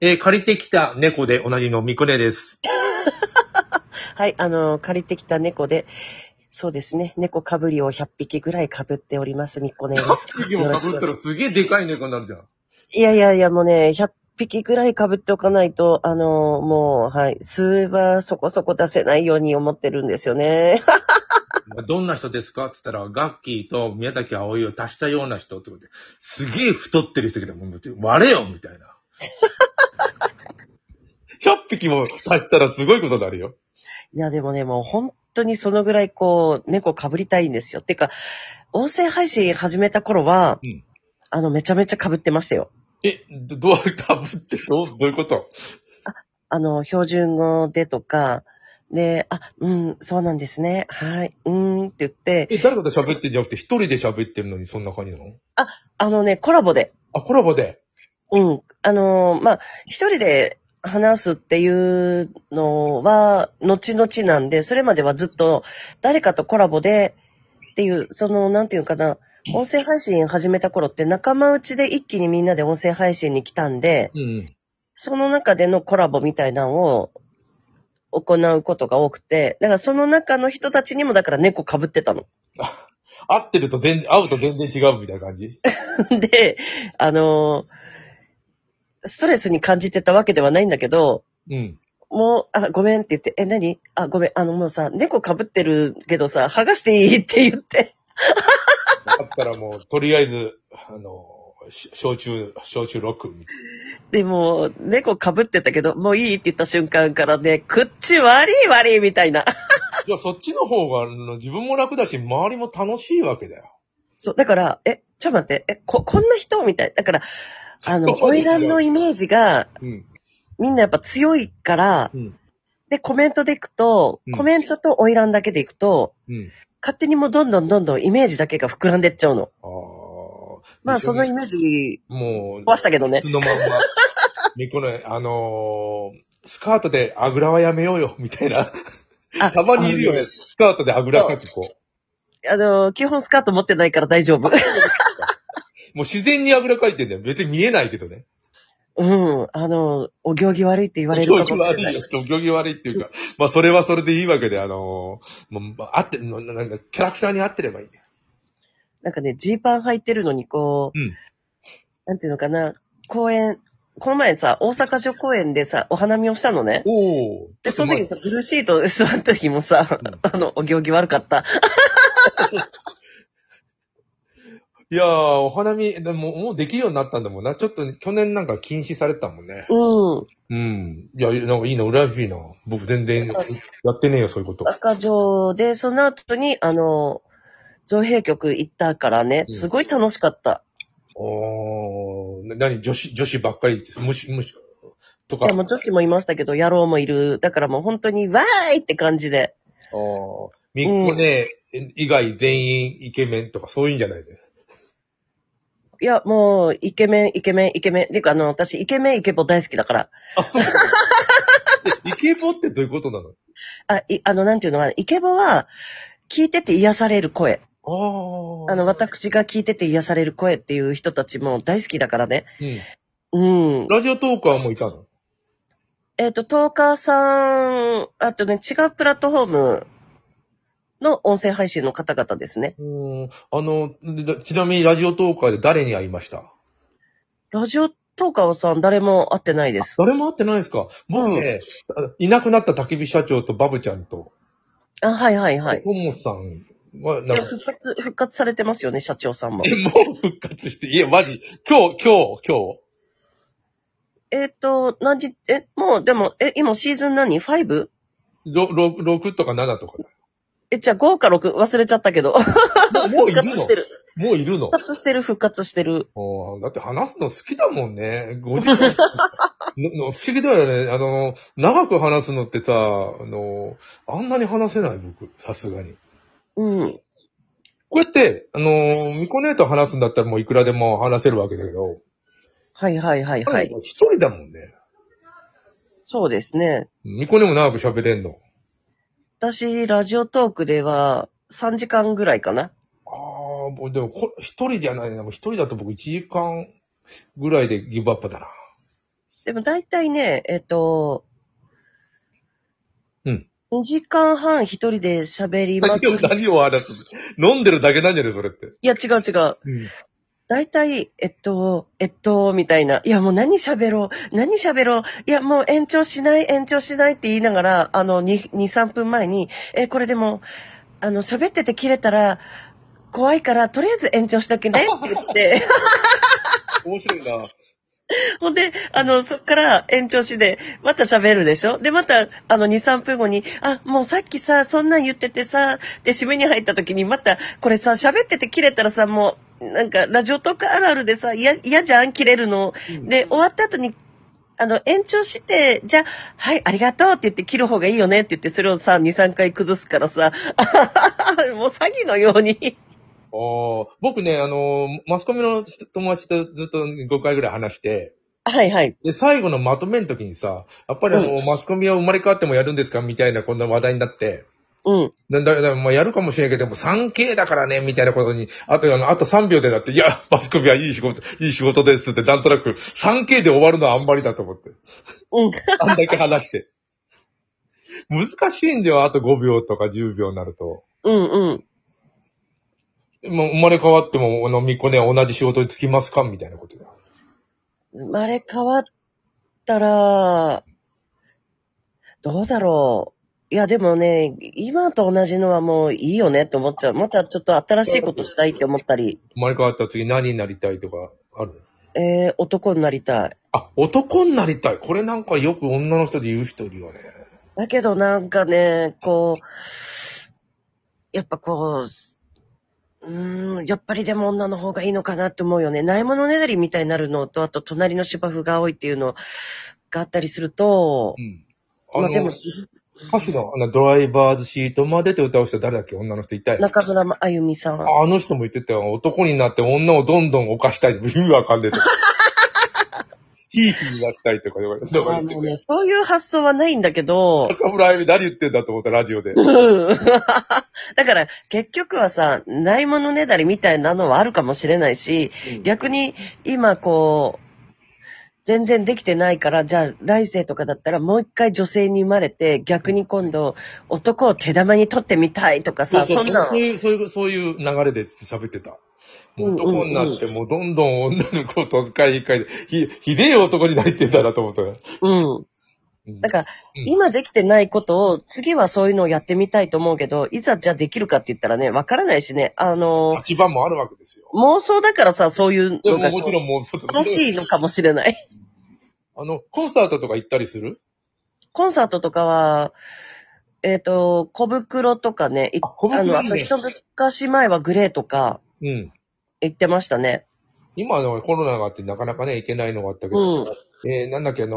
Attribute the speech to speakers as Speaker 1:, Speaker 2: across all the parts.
Speaker 1: えー借りてきた猫でおなじみのミクネです。
Speaker 2: はい、あの、借りてきた猫で、そうですね、猫かぶりを100匹ぐらいかぶっております、みっこねです。
Speaker 1: 次も被ったらすげえでかい猫になるじゃん。
Speaker 2: いやいやいや、もうね、100匹ぐらいかぶっておかないと、あの、もう、はい、数はそこそこ出せないように思ってるんですよね。
Speaker 1: どんな人ですかって言ったら、ガッキーと宮崎葵を足したような人ってことで、すげえ太ってる人だけど、もう割れよみたいな。100匹も足したらすごいことになるよ。
Speaker 2: いや、でもね、もう本当にそのぐらい、こう、猫かぶりたいんですよ。てか、音声配信始めた頃は、
Speaker 1: うん
Speaker 2: あの、めちゃめちゃかぶってましたよ。
Speaker 1: え、どう、かぶって、どう、どういうこと
Speaker 2: あの、標準語でとか、で、あ、うん、そうなんですね。はい、うーんって言って、
Speaker 1: え、誰かと喋ってんじゃなくて、一人で喋ってるのにそんな感じなの
Speaker 2: あのね、コラボで、
Speaker 1: あ、コラボで。
Speaker 2: うん、あのーまあ、一人で話すっていうのは、後々なんで、それまではずっと誰かとコラボでっていう、その、なんていうかな、音声配信始めた頃って仲間内で一気にみんなで音声配信に来たんで、
Speaker 1: うん。
Speaker 2: その中でのコラボみたいなのを行うことが多くて、だからその中の人たちにもだから猫被ってたの。
Speaker 1: 合ってると全然、合うと全然違うみたいな感じ。
Speaker 2: で、あのーストレスに感じてたわけではないんだけど、
Speaker 1: うん。
Speaker 2: もう、あ、ごめんって言って、え、何あ、ごめん、あの、もうさ、猫被ってるけどさ、剥がしていいって言って、
Speaker 1: だったらもう、とりあえず、あの、し焼酎、焼酎ロックみたい
Speaker 2: でもう、猫被ってたけど、もういいって言った瞬間からね、こっち悪い悪いみたいな。
Speaker 1: な。いや、そっちの方が、あの自分も楽だし、周りも楽しいわけだよ。
Speaker 2: そう、だから、え、ちょっと待って、え、こ、こんな人みたい。だから、あの、
Speaker 1: そうで
Speaker 2: 花
Speaker 1: すよ
Speaker 2: 魁のイメージが、
Speaker 1: うん。
Speaker 2: みんなやっぱ強いから、
Speaker 1: うん。
Speaker 2: で、コメントでいくと
Speaker 1: うん、
Speaker 2: コメントと花魁だけでいくと、
Speaker 1: うん。
Speaker 2: 勝手にもうどんどんどんどんイメージだけが膨らんでっちゃうの。
Speaker 1: ああ。
Speaker 2: まあ、
Speaker 1: 一緒
Speaker 2: そ
Speaker 1: に
Speaker 2: のイメージ
Speaker 1: もう、
Speaker 2: 壊したけどね。
Speaker 1: そのまんま。みこね、あのースカートであぐらはやめようよ、みたいな。
Speaker 2: あ
Speaker 1: たまにいるよね。スカートであぐらかきこう。
Speaker 2: あの、あの基本スカート持ってないから大丈夫。
Speaker 1: もう自然にあぐらかいてんだよ。別に見えないけどね。
Speaker 2: うん。あの、お行儀悪いって言われる
Speaker 1: 行
Speaker 2: か
Speaker 1: 儀
Speaker 2: もし
Speaker 1: 悪
Speaker 2: れ
Speaker 1: い
Speaker 2: ない
Speaker 1: よ。行儀悪いっていうか。まあ、それはそれでいいわけで、あのーもう、まあ合って、なななんか、キャラクターに合ってればいいね。
Speaker 2: なんかね、ジーパン履いてるのにこう、
Speaker 1: うん
Speaker 2: なんていうのかな、公園、この前さ、大阪城公園でさ、お花見をしたのね。
Speaker 1: おお。
Speaker 2: で、その時にさ、ブルーシート座った時もさ
Speaker 1: うん、
Speaker 2: あの、お行儀悪かった。
Speaker 1: いやー、お花見、でも、もうできるようになったんだもんな。ちょっと、去年なんか禁止されてたもんね。
Speaker 2: うん。
Speaker 1: うん。いや、なんかいいな、羨ましいな。僕全然、やってねえよ、そういうこと。
Speaker 2: 赤城で、その後に、あの、造幣局行ったからね、
Speaker 1: うん
Speaker 2: すごい楽しかった。
Speaker 1: おー、な何、女子、女子ばっかり、むし、むし、とか
Speaker 2: で。も女子もいましたけど、野郎もいる。だからもう本当に、わーいって感じで。
Speaker 1: おー、みっこね、以外全員イケメンとか、そういうんじゃないで。
Speaker 2: いや、もう、イケメン、イケメン、イケメン。てか、あの、私、イケメン、イケボ大好きだから。
Speaker 1: あ、そうイケボってどういうことなの
Speaker 2: あ、い、あの、なんていうのかな、イケボは、聞いてて癒される声。
Speaker 1: あ
Speaker 2: あの、
Speaker 1: また
Speaker 2: 私が聞いてて癒される声っていう人たちも大好きだからね。
Speaker 1: うん。
Speaker 2: うん。
Speaker 1: ラジオトーカーもいたの
Speaker 2: えっ、と、トーカーさん、あとね、違うプラットフォームの音声配信の方々ですね。
Speaker 1: うん。あの、でちなみにラジオトーカーで誰に会いました
Speaker 2: ラジオトーカーさん、誰も会ってないです。
Speaker 1: 誰も会ってないですか僕ね、あいなくなった焚き火社長とバブちゃんと、
Speaker 2: あ、はいはいはい。
Speaker 1: ともさんは、
Speaker 2: い
Speaker 1: なん
Speaker 2: や
Speaker 1: か、
Speaker 2: 復活、復活されてますよね、社長さんも。
Speaker 1: え、もう復活して、いや、マジ、今日、今日、今日。
Speaker 2: えっ、と、何時、え、もう、でも、え、今シーズン何 ?5?
Speaker 1: ろろ 6, とか7とか。
Speaker 2: え、じゃあ5か6忘れちゃったけど。
Speaker 1: もうもういる
Speaker 2: 復活
Speaker 1: の
Speaker 2: してる。
Speaker 1: もういるの
Speaker 2: 復活してる、復活してる。
Speaker 1: おーだって話すの好きだもんね。50のの不思議だよね。あの、長く話すのってさ、あの、あんなに話せない僕、さすがに。
Speaker 2: うん。
Speaker 1: こうやって、あの、ミコネーと話すんだったらもういくらでも話せるわけだけど、
Speaker 2: はいはいはいはい。
Speaker 1: 一人だもんね。
Speaker 2: そうですね。
Speaker 1: ミコネも長く喋れんの。
Speaker 2: 私、ラジオトークでは3時間ぐらいかな。
Speaker 1: ああ、もうでもこ、一人じゃないな。もう一人だと僕1時間ぐらいでギブアップだな。
Speaker 2: ででも大体ね、えっと、
Speaker 1: うん。
Speaker 2: 2時間半一人で喋ります。い
Speaker 1: 何をあれだって飲んでるだけなんじゃねえ、それって。
Speaker 2: や、違う違う。大体、えっと、えっと、みたいな。いや、もう何喋ろう、何喋ろう。いや、もう延長しない、延長しないって言いながら、あの、2、2 3分前に、え、これでも、あの、喋ってて切れたら、怖いから、とりあえず延長しとけねって言って、
Speaker 1: 面白いな。
Speaker 2: ほんで、あの、そっから延長しで、また喋るでしょで、また、あの、2、3分後に、あ、もうさっきさ、そんなん言っててさ、で、締めに入った時に、また、これさ、喋ってて切れたらさ、もう、なんか、ラジオトークあるあるでさ、嫌、嫌じゃん切れるの。で、終わった後に、あの、延長して、じゃあ、はい、ありがとうって言って切る方がいいよねって言って、それをさ、2、3回崩すからさ、もう詐欺のように。
Speaker 1: あー僕ね、あのーマスコミの友達とずっと5回ぐらい話して、
Speaker 2: はいはい。
Speaker 1: で、最後のまとめの時にさ、やっぱりあの、マスコミは生まれ変わってもやるんですかみたいなこんな話題になって、
Speaker 2: うん。
Speaker 1: だ、だ、だ、まあ、やるかもしれんけど、も 3K だからね、みたいなことに、あと、あの、あと3秒でだって、いや、マスコミはいい仕事、いい仕事ですって、なんとなく、3K で終わるのはあんまりだと思って。
Speaker 2: うん。
Speaker 1: あんだけ話して。難しいんだよ、あと5秒とか10秒になると。
Speaker 2: うんうん。
Speaker 1: もう生まれ変わっても、あの、みっこね、同じ仕事に就きますかみたいなことだ。
Speaker 2: 生まれ変わったら、どうだろう。いや、でもね、今と同じのはもういいよねって思っちゃう。またちょっと新しいことしたいって思ったり、
Speaker 1: 生まれ変わったら次何になりたいとか、ある
Speaker 2: えー、男になりたい。
Speaker 1: あ、男になりたい。これなんかよく女の人で言う人いるよね。
Speaker 2: だけどなんかね、こう、やっぱこう、うーん、やっぱりでも女の方がいいのかなって思うよね。ないものねだりみたいになるのと、あと隣の芝生が青いっていうのがあったりすると
Speaker 1: う、ん。あ
Speaker 2: まあで
Speaker 1: の、
Speaker 2: も、
Speaker 1: 歌手のあのドライバーズシートまでで歌う人誰だっけ女の人いたよね。
Speaker 2: 中村あゆみさん。
Speaker 1: ああの人も言ってたよ。男になって女をどんどん犯したい。意味わかんねえと か。ヒーヒーやったりとか言われて。だから
Speaker 2: あのね、そういう発想はないんだけど、
Speaker 1: 中村あゆみ何言ってんだと思った、ラジオで。
Speaker 2: うん だから結局はさ、ないものねだりみたいなのはあるかもしれないし、逆に今こう、全然できてないから、じゃあ来世とかだったらもう一回女性に生まれて、逆に今度男を手玉に取ってみたいとか
Speaker 1: そ
Speaker 2: さ、
Speaker 1: うそ
Speaker 2: そ
Speaker 1: うん
Speaker 2: な
Speaker 1: そういう、そういう、そういう流れで喋ってた。もう男になって、
Speaker 2: うんうん
Speaker 1: も
Speaker 2: うん
Speaker 1: うどんどん女の子と一回一回で、ひ、ひでえ男になりてんだなと思ったよ。
Speaker 2: うん。
Speaker 1: うん
Speaker 2: だから、
Speaker 1: うん
Speaker 2: 今できてないことを、次はそういうのをやってみたいと思うけど、いざじゃあできるかって言ったらね、わからないしね、あの、
Speaker 1: 立場もあるわけですよ。
Speaker 2: 妄想だからさ、そういう
Speaker 1: で
Speaker 2: の
Speaker 1: も
Speaker 2: が
Speaker 1: もちろんもう、ちょっと、
Speaker 2: 楽しいのかもしれない。
Speaker 1: あの、コンサートとか行ったりする
Speaker 2: コンサートとかは、えっ、と、小袋とかね、い
Speaker 1: あ小袋いいね
Speaker 2: の、あと一昔前はグレーとか
Speaker 1: うん。
Speaker 2: 行ってましたね。
Speaker 1: 今のコロナがあってなかなかね、行けないのがあったけ
Speaker 2: う
Speaker 1: ど、
Speaker 2: ん。
Speaker 1: えー、なんだっけ、あのー、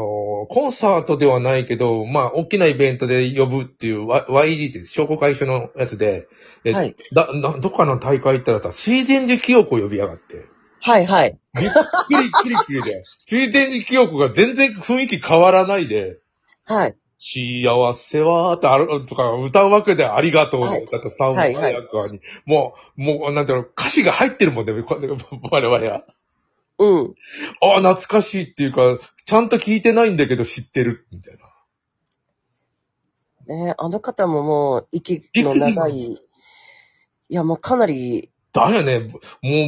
Speaker 1: コンサートではないけど、まあ、大きなイベントで呼ぶっていう、Y- YG っていう商工会所のやつで、え
Speaker 2: はい
Speaker 1: だな、どっかの大会行ったらさ、水前寺清子呼びやがって。
Speaker 2: はいはい。
Speaker 1: びっくりくりくりで。水前寺清子が全然雰囲気変わらないで、
Speaker 2: はい。
Speaker 1: 幸せは、とあるとか歌うわけでありがとうだったと、サウンド
Speaker 2: はいはい
Speaker 1: やかに。もう、もう、なんていうの、歌詞が入ってるもんね、 これ我々は。
Speaker 2: うん。
Speaker 1: ああ、懐かしいっていうか、ちゃんと聞いてないんだけど知ってる、みたいな。
Speaker 2: ねあの方ももう、息の 長い、いやもうかなり、
Speaker 1: だよね。もう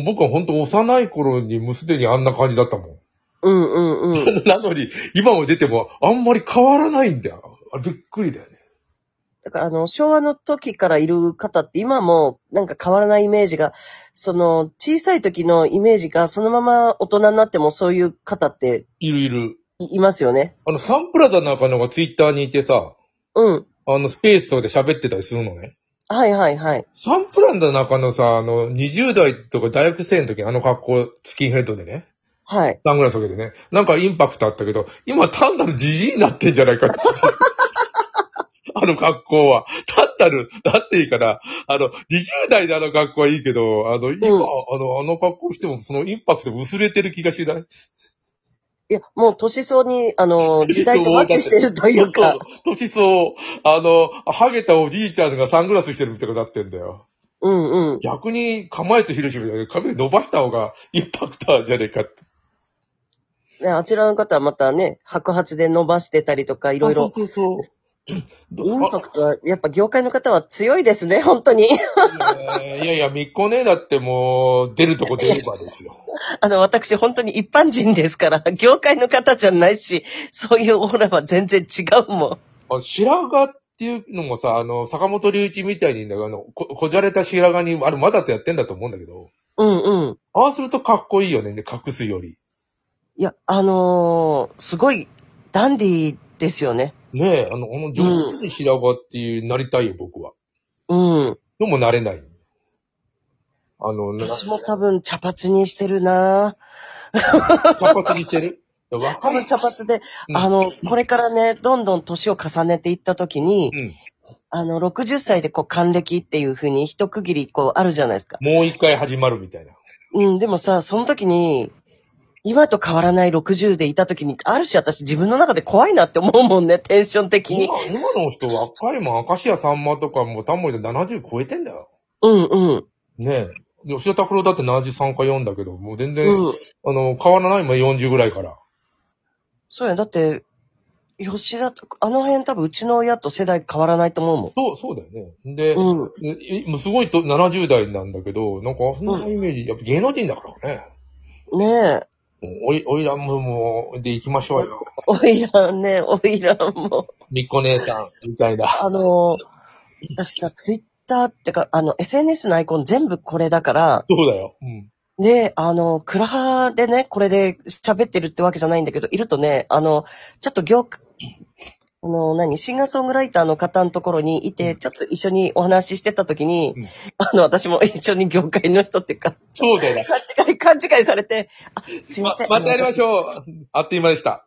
Speaker 1: 僕は本当幼い頃にもうすでにあんな感じだったもん。
Speaker 2: うんうんうん。
Speaker 1: なのに、今も出てもあんまり変わらないんだよ。あびっくりだよね。
Speaker 2: だからあの、昭和の時からいる方って今もなんか変わらないイメージが、その、小さい時のイメージがそのまま大人になってもそういう方って
Speaker 1: いるいる。
Speaker 2: いいますよね。
Speaker 1: あの、サンプラザなんかのがツイッターにいてさ、
Speaker 2: うん。
Speaker 1: あの、スペースとかで喋ってたりするのね。
Speaker 2: はいはいはい。
Speaker 1: サンプラザの中のさ、あの、20代とか大学生の時あの格好、スキンヘッドでね。
Speaker 2: はい。
Speaker 1: サングラスかけてね。なんかインパクトあったけど、今単なるジジイになってんじゃないかって。 あの格好は。単なる、だっていいから、あの、20代であの格好はいいけど、あの、今、
Speaker 2: うん
Speaker 1: あの、あの格好してもそのインパクト薄れてる気がしない
Speaker 2: いや、もう年相に、あの、時代とマッチしてるというか、
Speaker 1: そう年相、あの、ハゲたおじいちゃんがサングラスしてるみたいになってんだよ。
Speaker 2: うんうん。
Speaker 1: 逆に、構えつひろしみたいに髪伸ばした方がインパクトあるじゃねえかって。
Speaker 2: ね、あちらの方はまたね、白髪で伸ばしてたりとか、い
Speaker 1: い
Speaker 2: ろいろ。
Speaker 1: そう そうそう。
Speaker 2: インパクトは、やっぱ業界の方は強いですね、本当に。
Speaker 1: あいやいやいや、みっこねだってもう、出るとこ出ればですよ。
Speaker 2: あの、私本当に一般人ですから、業界の方じゃないし、そういうオーラは全然違うもん。
Speaker 1: あ白髪っていうのもさ、あの、坂本龍一みたいに、あの、こ、こじゃれた白髪に、あれ、まだとやってんだと思うんだけど、
Speaker 2: うんうん。
Speaker 1: ああするとかっこいいよね、で隠すより。
Speaker 2: いや、あのーすごいダンディーですよね。
Speaker 1: ねえ、あの、この上手に白髪っていう、なりたいよ、僕は。
Speaker 2: うん。
Speaker 1: でもなれない。あ の、な
Speaker 2: 私も多分茶髪にしてるなぁ
Speaker 1: 茶髪にしてる
Speaker 2: 多
Speaker 1: 若
Speaker 2: 分
Speaker 1: い。
Speaker 2: 茶髪で、
Speaker 1: うん
Speaker 2: あの、これからね、どんどん年を重ねていった時に、
Speaker 1: うん。
Speaker 2: あの、60歳でこう、還暦っていう風に一区切りこう、あるじゃないですか。
Speaker 1: もう一回始まるみたいな。
Speaker 2: うん、でもさ、その時に、今と変わらない60でいた時に、ある種私自分の中で怖いなって思うもんね、テンション的
Speaker 1: 今
Speaker 2: に。、
Speaker 1: 今の人若いもん、明石家さんまとかもうタモリで70超えてんだよ。
Speaker 2: うんうん。
Speaker 1: ねえ。吉田拓郎だって73か4だけど、もう全然、
Speaker 2: うん。
Speaker 1: あの、変わらないもん40ぐらいから。
Speaker 2: そうや、だって、吉田と、あの辺多分うちの親と世代変わらないと思
Speaker 1: そう、そうだよね。で、
Speaker 2: うもん。うん。
Speaker 1: えもうすごいと70代なんだけど、なんかそんなイメージ、やっぱ芸能人だからね。
Speaker 2: ねえ。
Speaker 1: もうおい、おいらももう、で行きましょうよ。
Speaker 2: おいらんね、おいらんも。
Speaker 1: みっこ姉さん、みたいな。
Speaker 2: あの、私さ、ツイッターってか、あの、SNS のアイコン全部これだから、
Speaker 1: そうだよ。うん。
Speaker 2: で、あの、クラハでね、これで喋ってるってわけじゃないんだけど、いるとね、あの、ちょっと業、あの、何、シンガーソングライターの方のところにいうて、
Speaker 1: ん
Speaker 2: ちょっと一緒にお話ししてた時に、
Speaker 1: うん
Speaker 2: あの、私も一緒に業界の人っていうか、
Speaker 1: そうだよ。
Speaker 2: 勘違い、勘違いされて、あ、すいま
Speaker 1: ま
Speaker 2: せん。、
Speaker 1: またやりまし
Speaker 2: ょう。
Speaker 1: ょう。あっという間でした。